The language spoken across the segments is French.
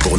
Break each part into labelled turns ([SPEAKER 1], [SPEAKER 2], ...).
[SPEAKER 1] pour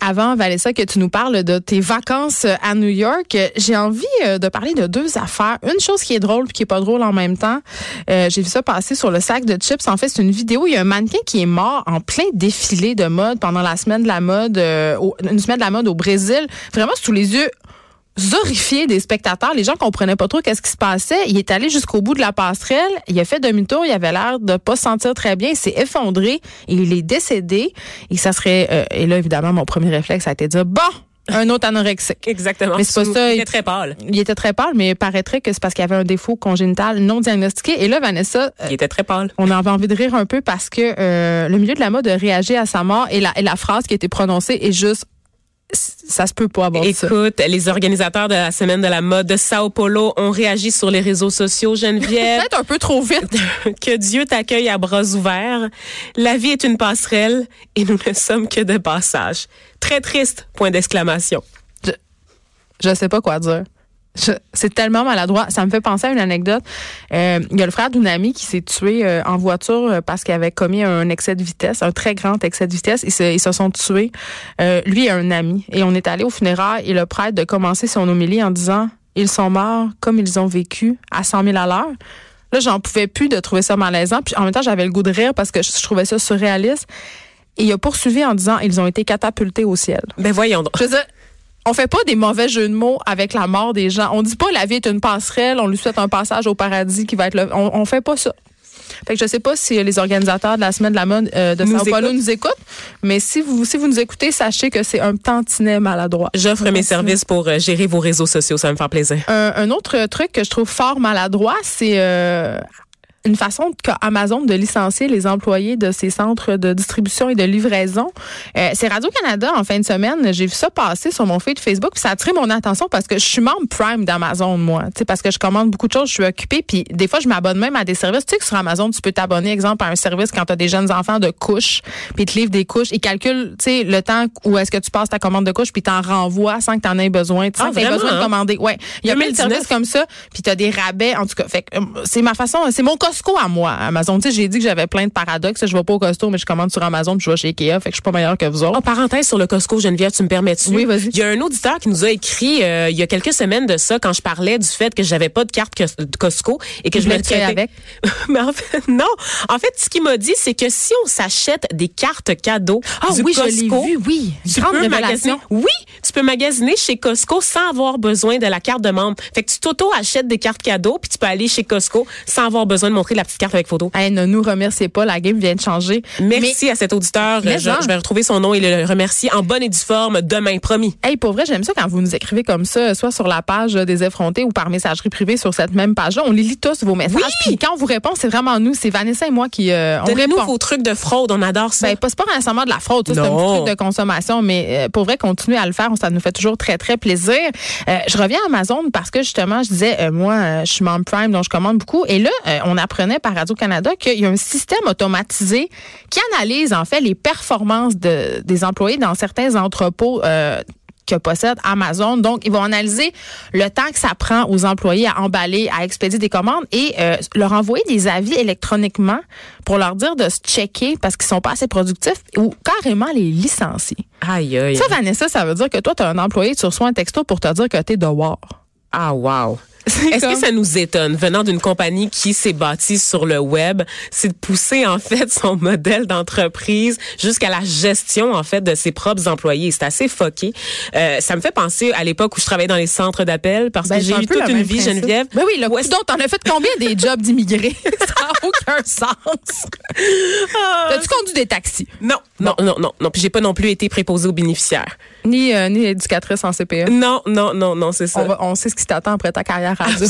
[SPEAKER 2] Avant, Valessa, que tu nous parles de tes vacances à New York, euh, j'ai envie euh, de parler de deux affaires. Une chose qui est drôle puis qui est pas drôle en même temps. Euh, j'ai vu ça passer sur le sac de chips. En fait, c'est une vidéo. Il y a un mannequin qui est mort en plein défilé de mode pendant la semaine de la mode, euh, au- une semaine de la mode au Brésil. Vraiment sous les yeux horrifiés des spectateurs. Les gens comprenaient pas trop qu'est-ce qui se passait. Il est allé jusqu'au bout de la passerelle. Il a fait demi-tour. Il avait l'air de pas se sentir très bien. Il s'est effondré. Et il est décédé. Et ça serait, euh, et là, évidemment, mon premier réflexe a été de dire, bon, un autre anorexique.
[SPEAKER 3] Exactement.
[SPEAKER 2] Mais c'est pas
[SPEAKER 3] Sous-
[SPEAKER 2] ça,
[SPEAKER 3] il
[SPEAKER 2] il- Euh,
[SPEAKER 3] était très pâle.
[SPEAKER 2] Il était très pâle, mais il paraîtrait que c'est parce qu'il avait un défaut congénital non diagnostiqué. Et là, Vanessa, euh,
[SPEAKER 3] Il était très pâle.
[SPEAKER 2] on avait envie de rire un peu parce que euh, le milieu de la mode a réagi à sa mort et la, et la phrase qui a été prononcée est juste, ça se peut pas avoir ça.
[SPEAKER 3] Écoute, les organisateurs de la semaine de la mode de Sao Paulo ont réagi sur les réseaux sociaux. Geneviève,
[SPEAKER 2] Peut-être un peu trop vite.
[SPEAKER 3] que Dieu t'accueille à bras ouverts. La vie est une passerelle et nous ne sommes que de passage. Très triste, point d'exclamation.
[SPEAKER 2] je sais pas quoi dire. Je- C'est tellement maladroit. Ça me fait penser à une anecdote. Euh, Il y a le frère d'une amie qui s'est tué euh, en voiture euh, parce qu'il avait commis un excès de vitesse, un très grand excès de vitesse. Ils se, ils se sont tués. Euh, lui et un ami. Et on est allé au funérailles et le prêtre de commencer son homélie en disant Ils sont morts comme ils ont vécu à 100 000 à l'heure. Là, j'en pouvais plus de trouver ça malaisant. Puis en même temps, j'avais le goût de rire parce que je, je trouvais ça surréaliste. Et il a poursuivi en disant Ils ont été catapultés au ciel.
[SPEAKER 3] Ben voyons donc.
[SPEAKER 2] Je veux dire, on fait pas des mauvais jeux de mots avec la mort des gens. On dit pas la vie est une passerelle, on lui souhaite un passage au paradis qui va être le. On, on fait pas ça. Fait que je sais pas si les organisateurs de la semaine de la mode euh, de
[SPEAKER 3] Nous
[SPEAKER 2] Sao Paulo
[SPEAKER 3] écoutent.
[SPEAKER 2] nous écoutent, mais si vous si vous nous écoutez, sachez que c'est un tantinet maladroit.
[SPEAKER 3] J'offre mes services pour euh, gérer vos réseaux sociaux, ça va me faire plaisir.
[SPEAKER 2] Un, un autre truc que je trouve fort maladroit, c'est euh, une façon qu'a Amazon de licencier les employés de ses centres de distribution et de livraison. Euh, c'est Radio-Canada en fin de semaine. J'ai vu ça passer sur mon feed Facebook. Puis ça a attiré mon attention parce que je suis membre Prime d'Amazon, moi. Tu sais, parce que je commande beaucoup de choses, je suis occupée. Puis des fois, je m'abonne même à des services. Tu sais que sur Amazon, tu peux t'abonner, exemple, à un service quand tu as des jeunes enfants de couches, puis ils te livrent des couches. Ils calculent, tu sais, le temps où est-ce que tu passes ta commande de couches, puis t'en renvoies sans que t'en aies besoin. Tu sais,
[SPEAKER 3] Ah,
[SPEAKER 2] sans que t'aies
[SPEAKER 3] vraiment,
[SPEAKER 2] besoin de
[SPEAKER 3] hein?
[SPEAKER 2] commander. Ouais. Il y a plein de
[SPEAKER 3] 2019.
[SPEAKER 2] services comme ça, puis t'as des rabais. En tout cas, fait que, euh, c'est ma façon, c'est mon Costco à moi, Amazon. Tu sais, j'ai dit que j'avais plein de paradoxes. Je vais pas au Costco, mais je commande sur Amazon, puis je vais chez Ikea, fait que je suis pas meilleure que vous autres.
[SPEAKER 3] En parenthèse sur le Costco, Geneviève, tu me permets-tu?
[SPEAKER 2] Oui, vas-y.
[SPEAKER 3] Il y a un auditeur qui nous a écrit euh, il y a quelques semaines de ça quand je parlais du fait que j'avais pas de carte que- de Costco et que
[SPEAKER 2] Tu
[SPEAKER 3] je me
[SPEAKER 2] l'as tiré
[SPEAKER 3] traitais- Mais en fait, non. En fait, ce qu'il m'a dit, c'est que si on s'achète des cartes cadeaux
[SPEAKER 2] Ah
[SPEAKER 3] du Costco,
[SPEAKER 2] oui.
[SPEAKER 3] tu
[SPEAKER 2] Grande
[SPEAKER 3] peux magasiner.
[SPEAKER 2] révélation.
[SPEAKER 3] Oui, tu peux magasiner chez Costco sans avoir besoin de la carte de membre. Fait que tu t'auto-achètes des cartes cadeaux, puis tu peux aller chez Costco sans avoir besoin de montrer la petite carte avec photo.
[SPEAKER 2] Hey, ne nous remerciez pas, la game vient de changer.
[SPEAKER 3] Merci à cet auditeur.
[SPEAKER 2] Mais
[SPEAKER 3] Euh, je,
[SPEAKER 2] en.
[SPEAKER 3] je vais retrouver son nom et le remercier en bonne et due forme demain, promis.
[SPEAKER 2] Hey, pour vrai, j'aime ça quand vous nous écrivez comme ça, soit sur la page euh, des effrontés ou par messagerie privée sur cette même page-là. On les lit tous vos messages.
[SPEAKER 3] Oui.
[SPEAKER 2] Puis quand on vous répond, c'est vraiment nous, c'est Vanessa et moi qui euh, on
[SPEAKER 3] Donnez-nous
[SPEAKER 2] répond.
[SPEAKER 3] vos trucs de fraude, on adore ça.
[SPEAKER 2] Ben, pas, c'est pas nécessairement de la fraude, ça, c'est un
[SPEAKER 3] Non.
[SPEAKER 2] petit truc de consommation, mais euh, pour vrai, continuer à le faire, ça nous fait toujours très, très plaisir. Euh, je reviens à Amazon parce que justement, je disais, euh, moi, euh, je suis membre Prime, donc je commande beaucoup. Et là, euh, on apprenait par Radio-Canada qu'il y a un système automatisé qui analyse, en fait, les performances de- des employés dans certains entrepôts. euh, que possède Amazon. Donc, ils vont analyser le temps que ça prend aux employés à emballer, à expédier des commandes et euh, leur envoyer des avis électroniquement pour leur dire de se checker parce qu'ils sont pas assez productifs ou carrément les licencier.
[SPEAKER 3] aïe, aïe.
[SPEAKER 2] Ça, Vanessa, ça veut dire que toi, tu as un employé, tu reçois un texto pour te dire que tu es dehors.
[SPEAKER 3] Ah, wow. Est-ce
[SPEAKER 2] comme-
[SPEAKER 3] que ça nous étonne, venant d'une compagnie qui s'est bâtie sur le web, c'est de pousser en fait son modèle d'entreprise jusqu'à la gestion en fait de ses propres employés. C'est assez foqué. ça me fait penser à l'époque où je travaillais dans les centres d'appel parce
[SPEAKER 2] Ben,
[SPEAKER 3] que
[SPEAKER 2] c'est
[SPEAKER 3] j'ai
[SPEAKER 2] un
[SPEAKER 3] eu
[SPEAKER 2] peu
[SPEAKER 3] toute
[SPEAKER 2] le
[SPEAKER 3] une
[SPEAKER 2] même
[SPEAKER 3] vie,
[SPEAKER 2] principe.
[SPEAKER 3] Geneviève.
[SPEAKER 2] Ben oui, là,
[SPEAKER 3] où est-ce-
[SPEAKER 2] donc, t'en as fait combien des jobs d'immigrés? ça n'a aucun sens. T'as-tu conduit des taxis?
[SPEAKER 3] Non, non, non, non, non. Puis j'ai pas non plus été préposée aux bénéficiaires.
[SPEAKER 2] Ni, euh, ni éducatrice en CPE.
[SPEAKER 3] Non, non, non, non, c'est ça. Ah,
[SPEAKER 2] On, va- on sait ce qui t'attend après ta carrière la radio.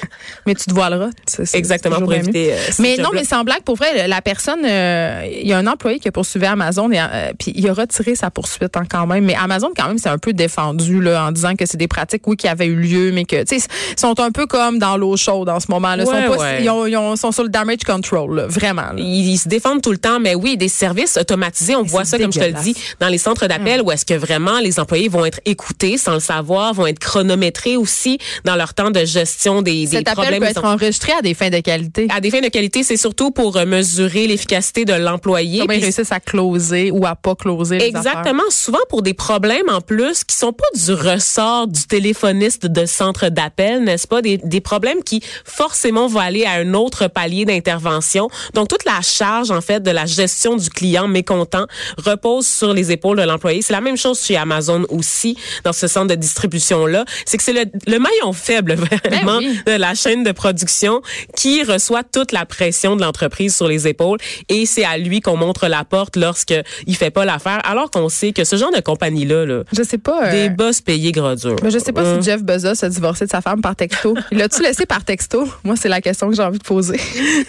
[SPEAKER 2] mais tu te voileras. ça, c'est-
[SPEAKER 3] Exactement
[SPEAKER 2] c'est toujours
[SPEAKER 3] pour
[SPEAKER 2] bien mieux.
[SPEAKER 3] éviter. euh, ce
[SPEAKER 2] Mais non,
[SPEAKER 3] job-là.
[SPEAKER 2] mais sans blague, pour vrai, la personne, euh, il y a un employé qui a poursuivi Amazon et euh, puis il a retiré sa poursuite hein, quand même. Mais Amazon, quand même, c'est un peu défendu là, en disant que c'est des pratiques, oui, qui avaient eu lieu, mais que, tu sais, ils sont un peu comme dans l'eau chaude en ce moment-là. Ils sont
[SPEAKER 3] Ouais,
[SPEAKER 2] pas-
[SPEAKER 3] ouais.
[SPEAKER 2] ils, ont- ils ont- sont sur le damage control, là, vraiment. là.
[SPEAKER 3] ils, ils se défendent tout le temps, mais oui, des services automatisés, on voit
[SPEAKER 2] c'est
[SPEAKER 3] ça, comme je te le
[SPEAKER 2] dégueulasse. Mm.
[SPEAKER 3] dis, dans les centres d'appel, où est-ce que vraiment les employés vont être écoutés sans le savoir, vont être chronométrés aussi dans leur temps de gestion des, des
[SPEAKER 2] Cet appel
[SPEAKER 3] problèmes.
[SPEAKER 2] peut
[SPEAKER 3] qu'ils
[SPEAKER 2] être
[SPEAKER 3] ont. Ah,
[SPEAKER 2] enregistré à des fins de qualité.
[SPEAKER 3] À des fins de qualité, c'est surtout pour euh, mesurer l'efficacité de l'employé.
[SPEAKER 2] Comment ils
[SPEAKER 3] Puis
[SPEAKER 2] réussissent à closer ou à pas closer les affaires.
[SPEAKER 3] Exactement. Souvent pour des problèmes en plus qui sont pas du ressort du téléphoniste de centre d'appel, n'est-ce pas? Des, des problèmes qui forcément vont aller à un autre palier d'intervention. Donc toute la charge en fait de la gestion du client mécontent repose sur les épaules de l'employé. C'est la même chose chez Amazon aussi dans ce centre de distribution là. C'est que c'est le, le maillon faible
[SPEAKER 2] Ben
[SPEAKER 3] vraiment
[SPEAKER 2] oui.
[SPEAKER 3] de la chaîne de production qui reçoit toute la pression de l'entreprise sur les épaules et c'est à lui qu'on montre la porte lorsque il fait pas l'affaire alors qu'on sait que ce genre de compagnie là,
[SPEAKER 2] Je sais pas. euh,
[SPEAKER 3] des boss payés gras dur.
[SPEAKER 2] Mais je sais pas
[SPEAKER 3] Hein?
[SPEAKER 2] si Jeff Bezos a divorcé de sa femme par texto. L'as-tu laissé par texto? Moi, c'est la question que j'ai envie de poser.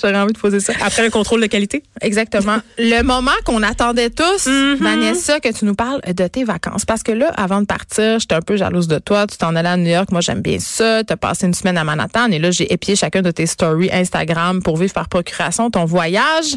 [SPEAKER 2] J'aurais envie de poser ça.
[SPEAKER 3] après un contrôle de qualité.
[SPEAKER 2] Exactement. Le moment qu'on attendait tous, Vanessa, que tu nous parles de tes vacances. Parce que là, avant de partir, j'étais un peu jalouse de toi. Tu t'en allais à New York. Moi, j'aime bien ça. T'as passé une semaine à Manhattan. Et là, j'ai épié chacun de tes stories Instagram pour vivre par procuration ton voyage.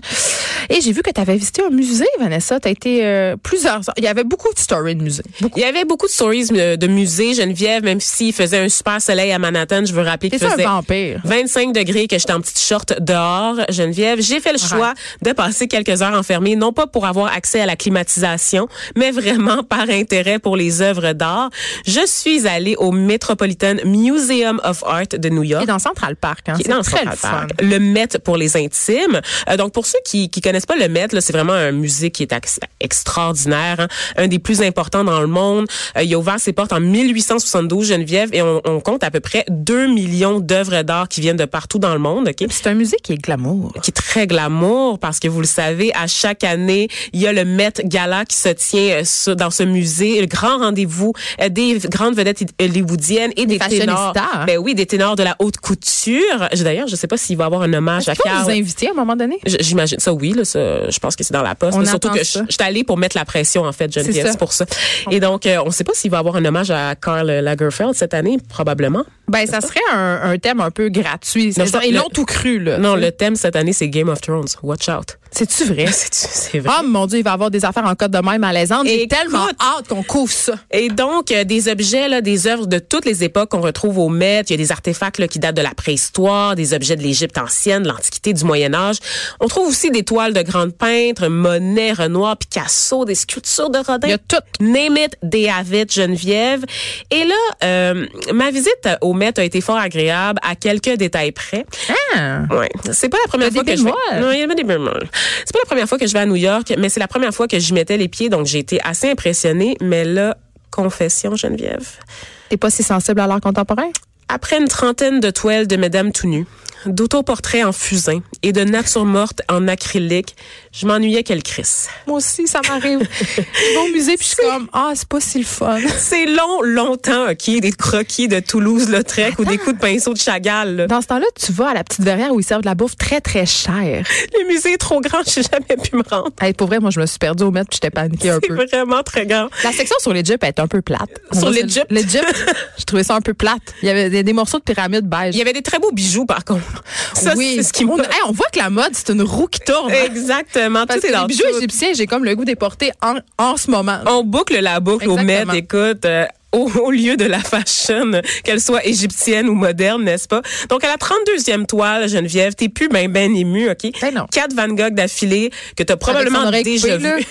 [SPEAKER 2] Et j'ai vu que t'avais visité un musée, Vanessa. T'as été euh, plusieurs... Il y avait beaucoup de stories de musées. Beaucoup.
[SPEAKER 3] Il y avait beaucoup de stories euh, de musées Geneviève même s'il faisait un super soleil à Manhattan, je veux rappeler
[SPEAKER 2] T'es
[SPEAKER 3] qu'il
[SPEAKER 2] ça un
[SPEAKER 3] faisait
[SPEAKER 2] vampire.
[SPEAKER 3] 25 degrés que j'étais en petite short dehors, Geneviève, j'ai fait le choix de passer quelques heures enfermée, non pas pour avoir accès à la climatisation, mais vraiment par intérêt pour les œuvres d'art. Je suis allée au Metropolitan Museum of Art de New York
[SPEAKER 2] Et dans Central Park, hein.
[SPEAKER 3] Ah. qui est
[SPEAKER 2] C'est
[SPEAKER 3] dans
[SPEAKER 2] très
[SPEAKER 3] Central
[SPEAKER 2] le fun.
[SPEAKER 3] Park. Le Met pour les intimes. Euh, donc pour ceux qui qui connaissent pas le Met, là, c'est vraiment un musée qui est ac- extraordinaire, hein, un des plus importants dans le monde. Euh, il a ouvert ses portes en 1872, Geneviève, et on, on compte à peu près 2 millions d'œuvres d'art qui viennent de partout dans le monde. ok?
[SPEAKER 2] C'est un musée qui est glamour.
[SPEAKER 3] qui est très glamour parce que vous le savez, à chaque année, il y a le Met Gala qui se tient euh, sur- dans ce musée, le grand rendez-vous euh, des grandes vedettes hollywoodiennes et des ténors.
[SPEAKER 2] fashionistas. hein?
[SPEAKER 3] Ben oui, des ténors de la haute couture. Je- D'ailleurs, je sais pas s'il va y avoir un hommage à
[SPEAKER 2] Est-ce qu'on
[SPEAKER 3] Carl.
[SPEAKER 2] vous inviter à un moment donné?
[SPEAKER 3] J- J'imagine ça, oui. Là, ça, je pense que c'est dans la poste.
[SPEAKER 2] On
[SPEAKER 3] là, surtout
[SPEAKER 2] attend
[SPEAKER 3] que je
[SPEAKER 2] ça.
[SPEAKER 3] je suis allée pour mettre la pression, en fait, Geneviève,
[SPEAKER 2] C'est ça.
[SPEAKER 3] c'est pour ça. Et donc, euh, on ne sait pas s'il va y avoir un hommage à Karl Lagerfeld cette année, probablement.
[SPEAKER 2] Ben, ça serait un, un thème un peu gratuit.
[SPEAKER 3] Non,
[SPEAKER 2] C'est ça.
[SPEAKER 3] je-
[SPEAKER 2] Ils
[SPEAKER 3] le-
[SPEAKER 2] l'ont tout cru, là.
[SPEAKER 3] Non, le thème cette année, c'est Game of Thrones. Watch out.
[SPEAKER 2] C'est-tu vrai?
[SPEAKER 3] C'est c'est vrai.
[SPEAKER 2] Ah, mon Dieu, il va y avoir des affaires en code de maille malaisante. J'ai
[SPEAKER 3] Écoute.
[SPEAKER 2] tellement hâte qu'on couvre ça.
[SPEAKER 3] Et donc, euh, des objets, là, des œuvres de toutes les époques qu'on retrouve au Met. Il y a des artefacts là, qui datent de la préhistoire, des objets de l'Égypte ancienne, de l'Antiquité, du Moyen Âge. On trouve aussi des toiles de grands peintres, Monet, Renoir, Picasso, des sculptures de
[SPEAKER 2] Il
[SPEAKER 3] Rodin.
[SPEAKER 2] y a tout.
[SPEAKER 3] Name it, they have it, Geneviève. Et là, euh, ma visite au Met a été fort agréable à quelques détails près.
[SPEAKER 2] Ah!
[SPEAKER 3] Ouais. C'est pas la première
[SPEAKER 2] T'as
[SPEAKER 3] fois
[SPEAKER 2] des
[SPEAKER 3] que je vais.
[SPEAKER 2] bémols.
[SPEAKER 3] Non, il y avait des bémols. C'est pas la première fois que je vais à New York, mais c'est la première fois que j'y mettais les pieds, donc j'ai été assez impressionnée. Mais là, confession, Geneviève.
[SPEAKER 2] T'es pas si sensible à l'art contemporain?
[SPEAKER 3] Après une trentaine de toiles de mesdames tout nues, d'autoportraits en fusain et de natures mortes en acrylique, je m'ennuyais qu'elle crisse.
[SPEAKER 2] Moi aussi, ça m'arrive. Je vais au musée puis je suis comme, ah, c'est pas si le fun.
[SPEAKER 3] C'est long, longtemps, OK, des croquis de Toulouse-Lautrec ou des coups de pinceau de Chagall. là.
[SPEAKER 2] Dans ce temps-là, tu vas à la petite verrière où ils servent de la bouffe très, très chère.
[SPEAKER 3] Le musée est trop grand, j'ai jamais pu me rendre.
[SPEAKER 2] Hey, pour vrai, moi, je me suis perdue au mètre puis j'étais paniquée un
[SPEAKER 3] C'est
[SPEAKER 2] peu.
[SPEAKER 3] vraiment très grand.
[SPEAKER 2] La section sur les gyps est un peu plate. On
[SPEAKER 3] Sur
[SPEAKER 2] va
[SPEAKER 3] les
[SPEAKER 2] se-
[SPEAKER 3] gyps?
[SPEAKER 2] Les gyps, je trouvais ça un peu plate. Il y avait des, des morceaux de pyramide beige.
[SPEAKER 3] Il y avait des très beaux bijoux, par contre. Ça,
[SPEAKER 2] oui.
[SPEAKER 3] c'est ce qui
[SPEAKER 2] on,
[SPEAKER 3] m'a...
[SPEAKER 2] hey, on voit que la mode, c'est une roue qui tourne. hein.
[SPEAKER 3] Exactement.
[SPEAKER 2] Parce
[SPEAKER 3] tout
[SPEAKER 2] que les
[SPEAKER 3] est dans
[SPEAKER 2] bijoux
[SPEAKER 3] tout. Oh,
[SPEAKER 2] égyptiens, j'ai comme le goût des porter en, en ce moment.
[SPEAKER 3] On boucle la boucle au
[SPEAKER 2] Exactement.
[SPEAKER 3] Met, écoute. euh, au, au lieu de la fashion, qu'elle soit égyptienne ou moderne, n'est-ce pas? Donc, à la 32e toile, Geneviève, t'es plus ben ben émue, OK?
[SPEAKER 2] Ben non.
[SPEAKER 3] Quatre Van Gogh d'affilée que t'as
[SPEAKER 2] Avec son
[SPEAKER 3] probablement
[SPEAKER 2] oreille
[SPEAKER 3] déjà
[SPEAKER 2] coupée, là,
[SPEAKER 3] vu.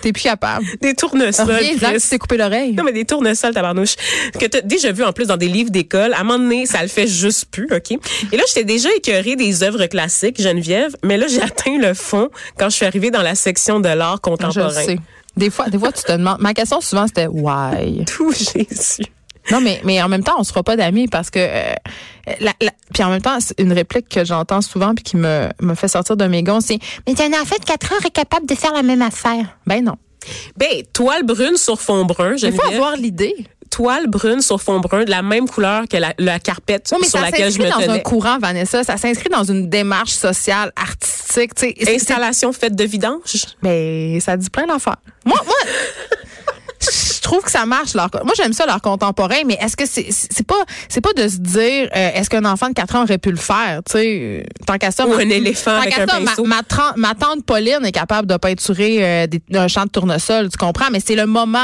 [SPEAKER 2] T'es plus capable.
[SPEAKER 3] Des tournesols,
[SPEAKER 2] Reviens, Zach, tu
[SPEAKER 3] Chris.
[SPEAKER 2] t'es coupé l'oreille.
[SPEAKER 3] Non, mais des tournesols, tabarnouche. Que t'as déjà vu, en plus, dans des livres d'école. À un moment donné, ça le fait juste plus, OK? Et là, j'étais déjà écœurée des œuvres classiques, Geneviève, mais là, j'ai atteint le fond quand je suis arrivée dans la section de l'art
[SPEAKER 2] Ah, Je
[SPEAKER 3] contemporain.
[SPEAKER 2] le sais. Des fois, des fois, tu te demandes. Ma question souvent, c'était why?
[SPEAKER 3] Tout, Jésus.
[SPEAKER 2] Non, mais, mais en même temps, on sera pas d'amis parce que. euh, la- la- puis en même temps, c'est une réplique que j'entends souvent puis qui me, me fait sortir de mes gonds, c'est Mais t'as un enfant de 4 ans qui est capable de faire la même affaire. Ben non.
[SPEAKER 3] Ben, toile brune sur fond
[SPEAKER 2] Il
[SPEAKER 3] brun,
[SPEAKER 2] faut
[SPEAKER 3] Geneviève.
[SPEAKER 2] avoir l'idée.
[SPEAKER 3] toile brune sur fond brun de la même couleur que la, la carpette
[SPEAKER 2] Oui, mais
[SPEAKER 3] sur
[SPEAKER 2] ça
[SPEAKER 3] laquelle je
[SPEAKER 2] s'inscrit
[SPEAKER 3] me
[SPEAKER 2] dans un
[SPEAKER 3] tenais.
[SPEAKER 2] courant, Vanessa. Ça s'inscrit dans une démarche sociale, artistique. tu sais. C'est- c'est-
[SPEAKER 3] Installation faite de vidange.
[SPEAKER 2] Mais ça dit plein d'affaires. Moi, moi, je trouve que ça marche. Leur, moi, j'aime ça, leur contemporain, mais est-ce que c'est c'est pas c'est pas de se dire euh, est-ce qu'un enfant de 4 ans aurait pu le faire, tu sais, euh, tant qu'à ça.
[SPEAKER 3] Ou
[SPEAKER 2] ma-
[SPEAKER 3] un éléphant
[SPEAKER 2] tant
[SPEAKER 3] avec
[SPEAKER 2] qu'à
[SPEAKER 3] un
[SPEAKER 2] ça, ma-
[SPEAKER 3] pinceau.
[SPEAKER 2] Ma, tran- ma tante Pauline est capable de peinturer euh, des- un champ de tournesol, tu comprends, mais c'est le moment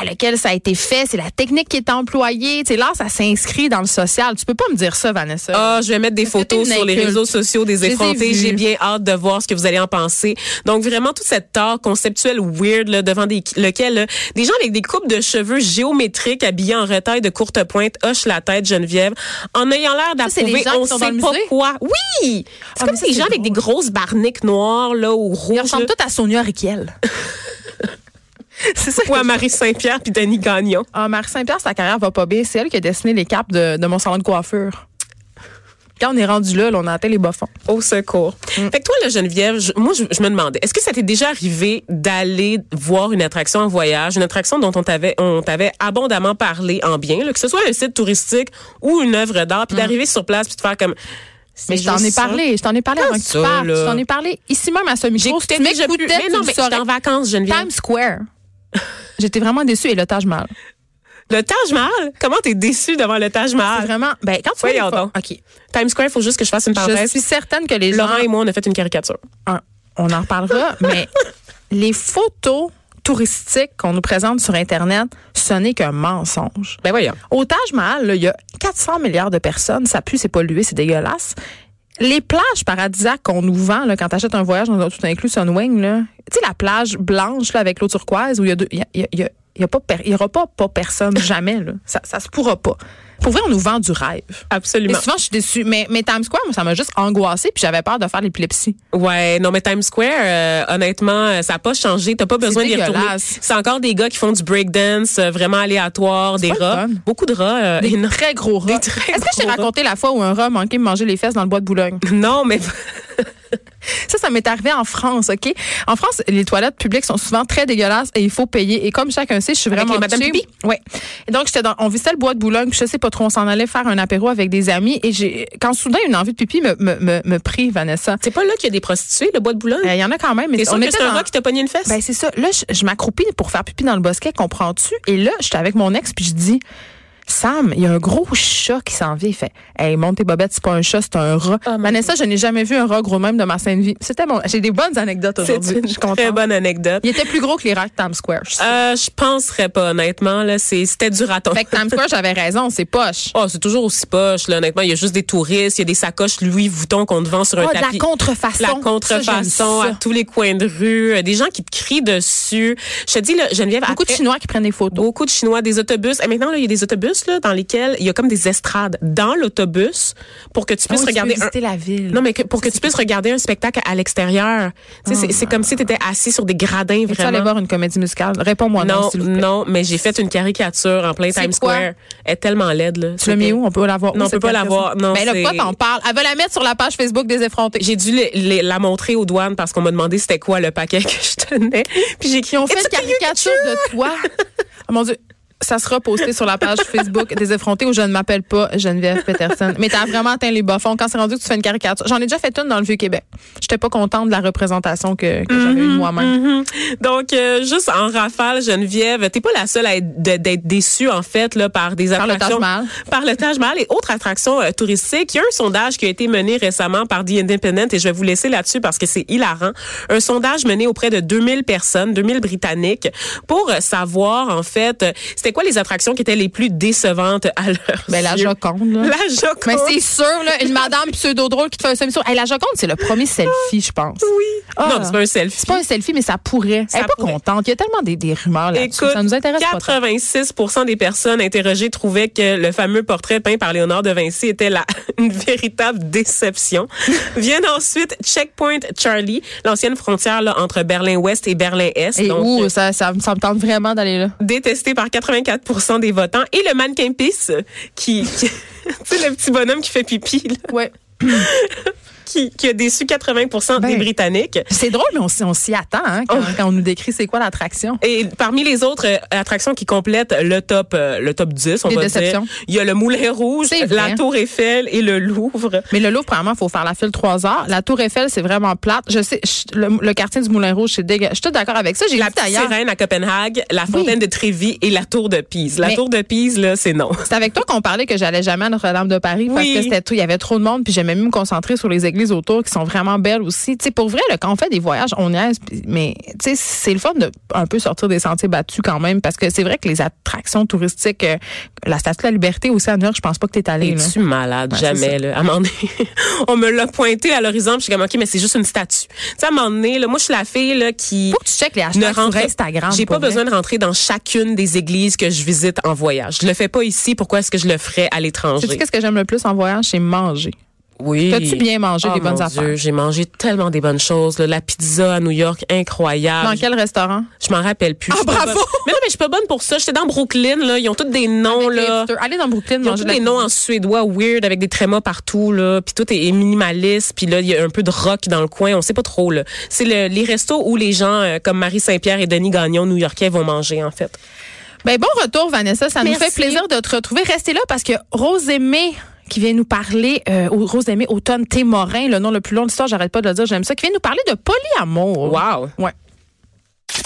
[SPEAKER 2] à lequel ça a été fait, c'est la technique qui est employée, tu sais, là, ça s'inscrit dans le social. Tu peux pas me dire ça, Vanessa.
[SPEAKER 3] Ah, je vais mettre des
[SPEAKER 2] Est-ce que t'es
[SPEAKER 3] photos
[SPEAKER 2] une
[SPEAKER 3] sur les
[SPEAKER 2] inculte?
[SPEAKER 3] réseaux sociaux des
[SPEAKER 2] les ai
[SPEAKER 3] effrontés.
[SPEAKER 2] vues.
[SPEAKER 3] J'ai bien hâte de voir ce que vous allez en penser. Donc vraiment tout cet art conceptuel weird là, devant des, lequel là, des gens avec des coupes de cheveux géométriques habillés en retail de courte pointe hochent la tête Geneviève en ayant l'air
[SPEAKER 2] c'est les
[SPEAKER 3] d'approuver
[SPEAKER 2] gens qui
[SPEAKER 3] on
[SPEAKER 2] sont
[SPEAKER 3] sait
[SPEAKER 2] dans le
[SPEAKER 3] pas
[SPEAKER 2] musée?
[SPEAKER 3] quoi. Oui, c'est
[SPEAKER 2] Ah,
[SPEAKER 3] comme
[SPEAKER 2] mais ça,
[SPEAKER 3] des
[SPEAKER 2] c'est
[SPEAKER 3] gens avec
[SPEAKER 2] drôle.
[SPEAKER 3] des grosses barniques noires là ou
[SPEAKER 2] Ils
[SPEAKER 3] rouges.
[SPEAKER 2] ressemblent
[SPEAKER 3] là.
[SPEAKER 2] tous à Sonia Riquel. c'est ça. que
[SPEAKER 3] Ou à Marie Saint-Pierre puis Denis Gagnon.
[SPEAKER 2] Ah, Marie Saint-Pierre, sa carrière va pas bien. C'est elle qui a dessiné les capes de, de mon salon de coiffure. Quand on est rendu là, là, on a atteint les bas fonds.
[SPEAKER 3] Au secours.
[SPEAKER 2] Mm.
[SPEAKER 3] Fait que toi, la Geneviève, je- moi, je, je me demandais, est-ce que ça t'est déjà arrivé d'aller voir une attraction en voyage, une attraction dont on t'avait, on t'avait abondamment parlé en bien, là, que ce soit un site touristique ou une œuvre d'art, puis d'arriver sur place puis de faire comme.
[SPEAKER 2] Mais
[SPEAKER 3] C'est
[SPEAKER 2] je Mm. t'en ai
[SPEAKER 3] juste ça.
[SPEAKER 2] parlé. Je t'en ai parlé
[SPEAKER 3] Quand
[SPEAKER 2] avant que tu
[SPEAKER 3] ça,
[SPEAKER 2] partes.
[SPEAKER 3] là?
[SPEAKER 2] Je t'en ai parlé ici même à ce micro. Si
[SPEAKER 3] J'écoutais
[SPEAKER 2] tu
[SPEAKER 3] déjà plus.
[SPEAKER 2] m'écoutais,
[SPEAKER 3] Mais non,
[SPEAKER 2] tu le
[SPEAKER 3] mais j'étais
[SPEAKER 2] saurais.
[SPEAKER 3] en vacances, Geneviève.
[SPEAKER 2] Times Square. J'étais vraiment déçue et le Taj Mahal.
[SPEAKER 3] Le Taj Mahal, comment t'es déçu devant le Taj
[SPEAKER 2] C'est
[SPEAKER 3] Mahal?
[SPEAKER 2] vraiment. Ben, quand tu vois les
[SPEAKER 3] Voyons
[SPEAKER 2] pho-
[SPEAKER 3] donc.
[SPEAKER 2] OK.
[SPEAKER 3] Times Square, il faut juste que je fasse une
[SPEAKER 2] Je
[SPEAKER 3] parenthèse.
[SPEAKER 2] suis certaine que les gens.
[SPEAKER 3] Laurent et moi, on a fait une caricature.
[SPEAKER 2] un- on en reparlera, mais les photos touristiques qu'on nous présente sur Internet, ce n'est qu'un mensonge.
[SPEAKER 3] Ben voyons.
[SPEAKER 2] Au Taj Mahal, là, il y a 400 milliards de personnes. Ça pue, c'est pollué, c'est dégueulasse. Les plages paradisiaques qu'on nous vend là, quand t'achètes un voyage dans un tout inclus Sunwing, là, tu sais, la plage blanche là, avec l'eau turquoise où il y a deux. Il y a- il y a- il y a- il y a pas per- il y aura pas, pas personne, jamais. Là. Ça, ça se pourra pas. Pour vrai, on nous vend du rêve. Et
[SPEAKER 3] Absolument.
[SPEAKER 2] souvent, je suis déçue. Mais, mais Times Square, moi, ça m'a juste angoissée puis j'avais peur de faire l'épilepsie.
[SPEAKER 3] Ouais, non mais Times Square, euh, honnêtement, euh, ça n'a pas changé. T'as pas besoin d'y retourner.
[SPEAKER 2] dégueulasse.
[SPEAKER 3] C'est encore des gars qui font du breakdance euh, vraiment aléatoire, des
[SPEAKER 2] pas le
[SPEAKER 3] rats,
[SPEAKER 2] fun.
[SPEAKER 3] beaucoup de rats. euh,
[SPEAKER 2] Des
[SPEAKER 3] énormes.
[SPEAKER 2] très gros rats.
[SPEAKER 3] Des très
[SPEAKER 2] Est-ce que je t'ai
[SPEAKER 3] gros rats.
[SPEAKER 2] raconté la fois où un rat manquait me manger les fesses dans le bois de Boulogne?
[SPEAKER 3] Non, mais
[SPEAKER 2] Ça, ça m'est arrivé en France, OK? En France, les toilettes publiques sont souvent très dégueulasses et il faut payer. Et comme chacun sait, je suis
[SPEAKER 3] Avec
[SPEAKER 2] vraiment
[SPEAKER 3] les Madame
[SPEAKER 2] cheap.
[SPEAKER 3] Pipi?
[SPEAKER 2] Ouais. Et donc, j'étais dans, on visitait le bois de Boulogne, puis je sais pas trop, on s'en allait faire un apéro avec des amis. Et j'ai, quand soudain, une envie de pipi me, me, me, me prit, Vanessa. Euh,
[SPEAKER 3] c'est pas là qu'il y a des prostituées, le bois de Boulogne.
[SPEAKER 2] Il y en a quand même, mais
[SPEAKER 3] T'es sûr
[SPEAKER 2] on
[SPEAKER 3] que
[SPEAKER 2] était
[SPEAKER 3] c'est un
[SPEAKER 2] dans-
[SPEAKER 3] rat qui t'a pogné une fesse?
[SPEAKER 2] ben c'est ça. Là, je, je m'accroupis pour faire pipi dans le bosquet, comprends-tu? Et là, j'étais avec mon ex, puis je dis, Sam, il y a un gros chat qui s'en vient. Il fait, hey, monte tes bobettes, c'est pas un chat, c'est un rat.
[SPEAKER 3] Oh, mon
[SPEAKER 2] Vanessa, je n'ai jamais vu un rat gros même de ma sainte vie. C'était mon, j'ai des bonnes anecdotes
[SPEAKER 3] c'est
[SPEAKER 2] aujourd'hui.
[SPEAKER 3] une
[SPEAKER 2] Je suis
[SPEAKER 3] très
[SPEAKER 2] contente.
[SPEAKER 3] bonne anecdote.
[SPEAKER 2] Il était plus gros que les rats de Times Square. je sais.
[SPEAKER 3] Euh, je penserais pas, honnêtement. Là, c'est, c'était du raton.
[SPEAKER 2] Fait que Times Square, j'avais raison, c'est poche.
[SPEAKER 3] Oh, c'est toujours aussi poche, là, honnêtement. Il y a juste des touristes, il y a des sacoches Louis Vuitton qu'on te vend sur un
[SPEAKER 2] Oh, de
[SPEAKER 3] tapis.
[SPEAKER 2] la contrefaçon.
[SPEAKER 3] la contrefaçon
[SPEAKER 2] Ça,
[SPEAKER 3] à
[SPEAKER 2] j'aime ça.
[SPEAKER 3] tous les coins de rue, euh, des gens qui te crient dessus. Je te dis, là, Geneviève,
[SPEAKER 2] Beaucoup de
[SPEAKER 3] après-
[SPEAKER 2] Chinois qui prennent des photos.
[SPEAKER 3] Beaucoup de Chinois, des autobus. Et maintenant, là, il y a des autobus là, dans lesquels il y a comme des estrades dans l'autobus pour que tu puisses
[SPEAKER 2] Oh, tu peux
[SPEAKER 3] regarder. un-
[SPEAKER 2] visiter la ville.
[SPEAKER 3] Non, mais que- pour que tu puisses regarder un spectacle à l'extérieur. Tu sais, c'est- c'est comme si tu étais assis sur des gradins,
[SPEAKER 2] Tu allais
[SPEAKER 3] vraiment.
[SPEAKER 2] Ah. voir une comédie musicale. Réponds-moi non,
[SPEAKER 3] Non,
[SPEAKER 2] s'il vous plaît.
[SPEAKER 3] non, mais j'ai fait une caricature en plein
[SPEAKER 2] C'est
[SPEAKER 3] Times
[SPEAKER 2] quoi?
[SPEAKER 3] Square. Elle est tellement laide, là.
[SPEAKER 2] Tu l'as mis où? On peut l'avoir où?
[SPEAKER 3] Non, on peut
[SPEAKER 2] cette
[SPEAKER 3] pas
[SPEAKER 2] carte-là?
[SPEAKER 3] l'avoir. Non,
[SPEAKER 2] Ben là,
[SPEAKER 3] c'est-
[SPEAKER 2] pourquoi t'en parles? Elle veut la mettre sur la page Facebook des effrontés.
[SPEAKER 3] J'ai dû le- le- la montrer aux douanes parce qu'on m'a demandé c'était quoi le paquet que je tenais. Puis j'ai écrit,
[SPEAKER 2] Ils ont fait une caricature de toi. Ah, mon Dieu. Ça sera posté sur la page Facebook des effrontés où je ne m'appelle pas Geneviève Peterson. Mais t'as vraiment atteint les bas fonds. Quand c'est rendu que tu fais une caricature. J'en ai déjà fait une dans le Vieux-Québec. J'étais pas contente de la représentation que, que j'avais
[SPEAKER 3] Mhm,
[SPEAKER 2] eue moi-même.
[SPEAKER 3] Donc, euh, juste en rafale, Geneviève, t'es pas la seule à être, de- d'être déçue, en fait, là, par des
[SPEAKER 2] Par le
[SPEAKER 3] attractions.
[SPEAKER 2] Taj Mahal.
[SPEAKER 3] Par le Taj Mahal et autres attractions euh, touristiques. Il y a un sondage qui a été mené récemment par The Independent et je vais vous laisser là-dessus parce que c'est hilarant. Un sondage mené auprès de 2000 personnes, 2000 Britanniques, pour euh, savoir, en fait, euh, c'était quoi les attractions qui étaient les plus décevantes à leur
[SPEAKER 2] Ben, la Joconde, là.
[SPEAKER 3] La Joconde.
[SPEAKER 2] Mais c'est sûr, là, une madame pseudo-drôle qui te fait un semi-sourd. Hey, la Joconde, c'est le premier selfie, je pense.
[SPEAKER 3] Oui.
[SPEAKER 2] Ah.
[SPEAKER 3] Non, c'est pas un selfie.
[SPEAKER 2] C'est pas un selfie, mais ça pourrait.
[SPEAKER 3] Ça
[SPEAKER 2] Elle est pas
[SPEAKER 3] pourrait.
[SPEAKER 2] contente. Il y a tellement des, des rumeurs là-dessus.
[SPEAKER 3] Écoute,
[SPEAKER 2] Ça nous intéresse pas. tant.
[SPEAKER 3] 86 des personnes interrogées trouvaient que le fameux portrait peint par Léonard de Vinci était la, une véritable déception. Viennent ensuite Checkpoint Charlie, l'ancienne frontière là, entre Berlin-Ouest et Berlin-Est.
[SPEAKER 2] Et
[SPEAKER 3] donc,
[SPEAKER 2] ouh,
[SPEAKER 3] euh,
[SPEAKER 2] ça, ça, me- ça me tente vraiment d'aller là.
[SPEAKER 3] détesté par 84 des votants. Et le mannequin pisse, qui... qui- tu sais, le petit bonhomme qui fait pipi. là.
[SPEAKER 2] Ouais.
[SPEAKER 3] qui, qui a déçu 80 des
[SPEAKER 2] Ben.
[SPEAKER 3] Britanniques.
[SPEAKER 2] C'est drôle, mais on, s- on s'y attend hein, quand, quand on nous décrit c'est quoi l'attraction.
[SPEAKER 3] Et parmi les autres euh, attractions qui complètent le top, euh, le top 10, on
[SPEAKER 2] Les
[SPEAKER 3] va
[SPEAKER 2] déceptions.
[SPEAKER 3] dire, il y a le Moulin Rouge,
[SPEAKER 2] C'est vrai.
[SPEAKER 3] la Tour Eiffel et le Louvre.
[SPEAKER 2] Mais le Louvre, premièrement, il faut faire la file trois heures. La Tour Eiffel, c'est vraiment plate. Je sais, je- le, le quartier du Moulin Rouge, c'est dégueu. Je suis toute d'accord avec ça. J'ai
[SPEAKER 3] La
[SPEAKER 2] vu
[SPEAKER 3] petite
[SPEAKER 2] d'ailleurs.
[SPEAKER 3] sirène à Copenhague, la fontaine de Trévi et la tour de Pise. La
[SPEAKER 2] Mais-
[SPEAKER 3] tour de Pise, là, c'est non.
[SPEAKER 2] C'est avec toi qu'on parlait que j'allais jamais à Notre-Dame de Paris parce
[SPEAKER 3] Oui.
[SPEAKER 2] que c'était tout. Il y avait trop de monde, puis j'aimais mieux me concentrer sur les églises autour qui sont vraiment belles aussi. Tu sais, pour vrai, là, quand on fait des voyages, on y mais tu sais, c'est le fun de un peu sortir des sentiers battus quand même parce que c'est vrai que les attractions touristiques, euh, la Statue de la Liberté aussi à New York, je pense pas que t'es allé.
[SPEAKER 3] Es-tu malade?
[SPEAKER 2] Ouais,
[SPEAKER 3] jamais,
[SPEAKER 2] c'est
[SPEAKER 3] là. À un moment donné, on me l'a pointé à l'horizon, puis je suis comme, OK, mais c'est juste une statue. Tu sais, à un moment donné, là, moi, je suis la fille, là, qui.
[SPEAKER 2] Faut que tu checkes les
[SPEAKER 3] ne
[SPEAKER 2] hashtags sur
[SPEAKER 3] rentre-
[SPEAKER 2] Instagram.
[SPEAKER 3] J'ai
[SPEAKER 2] pour
[SPEAKER 3] pas
[SPEAKER 2] vrai.
[SPEAKER 3] besoin de rentrer dans chacune des églises que je visite en voyage. Je le fais pas ici. Pourquoi est-ce que je le ferais à
[SPEAKER 2] Tu sais
[SPEAKER 3] l'étranger?
[SPEAKER 2] qu'est-ce que j'aime le plus en voyage, c'est manger.
[SPEAKER 3] Oui.
[SPEAKER 2] T'as-tu bien mangé
[SPEAKER 3] Oh
[SPEAKER 2] des bonnes
[SPEAKER 3] mon Dieu,
[SPEAKER 2] affaires?
[SPEAKER 3] J'ai mangé tellement des bonnes choses. là. La pizza à New York, incroyable.
[SPEAKER 2] Dans quel restaurant?
[SPEAKER 3] Ah, Je m'en rappelle plus.
[SPEAKER 2] Ah,
[SPEAKER 3] Je suis pas
[SPEAKER 2] bravo!
[SPEAKER 3] bonne. Mais non, mais je suis pas bonne pour ça. J'étais dans Brooklyn, là. Ils ont tous des noms,
[SPEAKER 2] Avec les
[SPEAKER 3] là.
[SPEAKER 2] hipsters. Allez dans Brooklyn,
[SPEAKER 3] Ils ont
[SPEAKER 2] manger
[SPEAKER 3] tous
[SPEAKER 2] de la
[SPEAKER 3] des noms en suédois weird avec des trémas partout là, puis tout est est minimaliste, puis là il y a un peu de rock dans le coin, on sait pas trop là. C'est le- les restos où les gens euh, comme Marie Saint-Pierre et Denis Gagnon new-yorkais vont manger en fait.
[SPEAKER 2] Ben, bon retour, Vanessa. Ça nous
[SPEAKER 3] Merci.
[SPEAKER 2] fait plaisir de te retrouver. Restez là parce que Rosemée qui vient nous parler, euh, au- Rosemée Automne Témorin, le nom le plus long de l'histoire, j'arrête pas de le dire, j'aime ça, qui vient nous parler de polyamour.
[SPEAKER 3] Wow.
[SPEAKER 2] Ouais.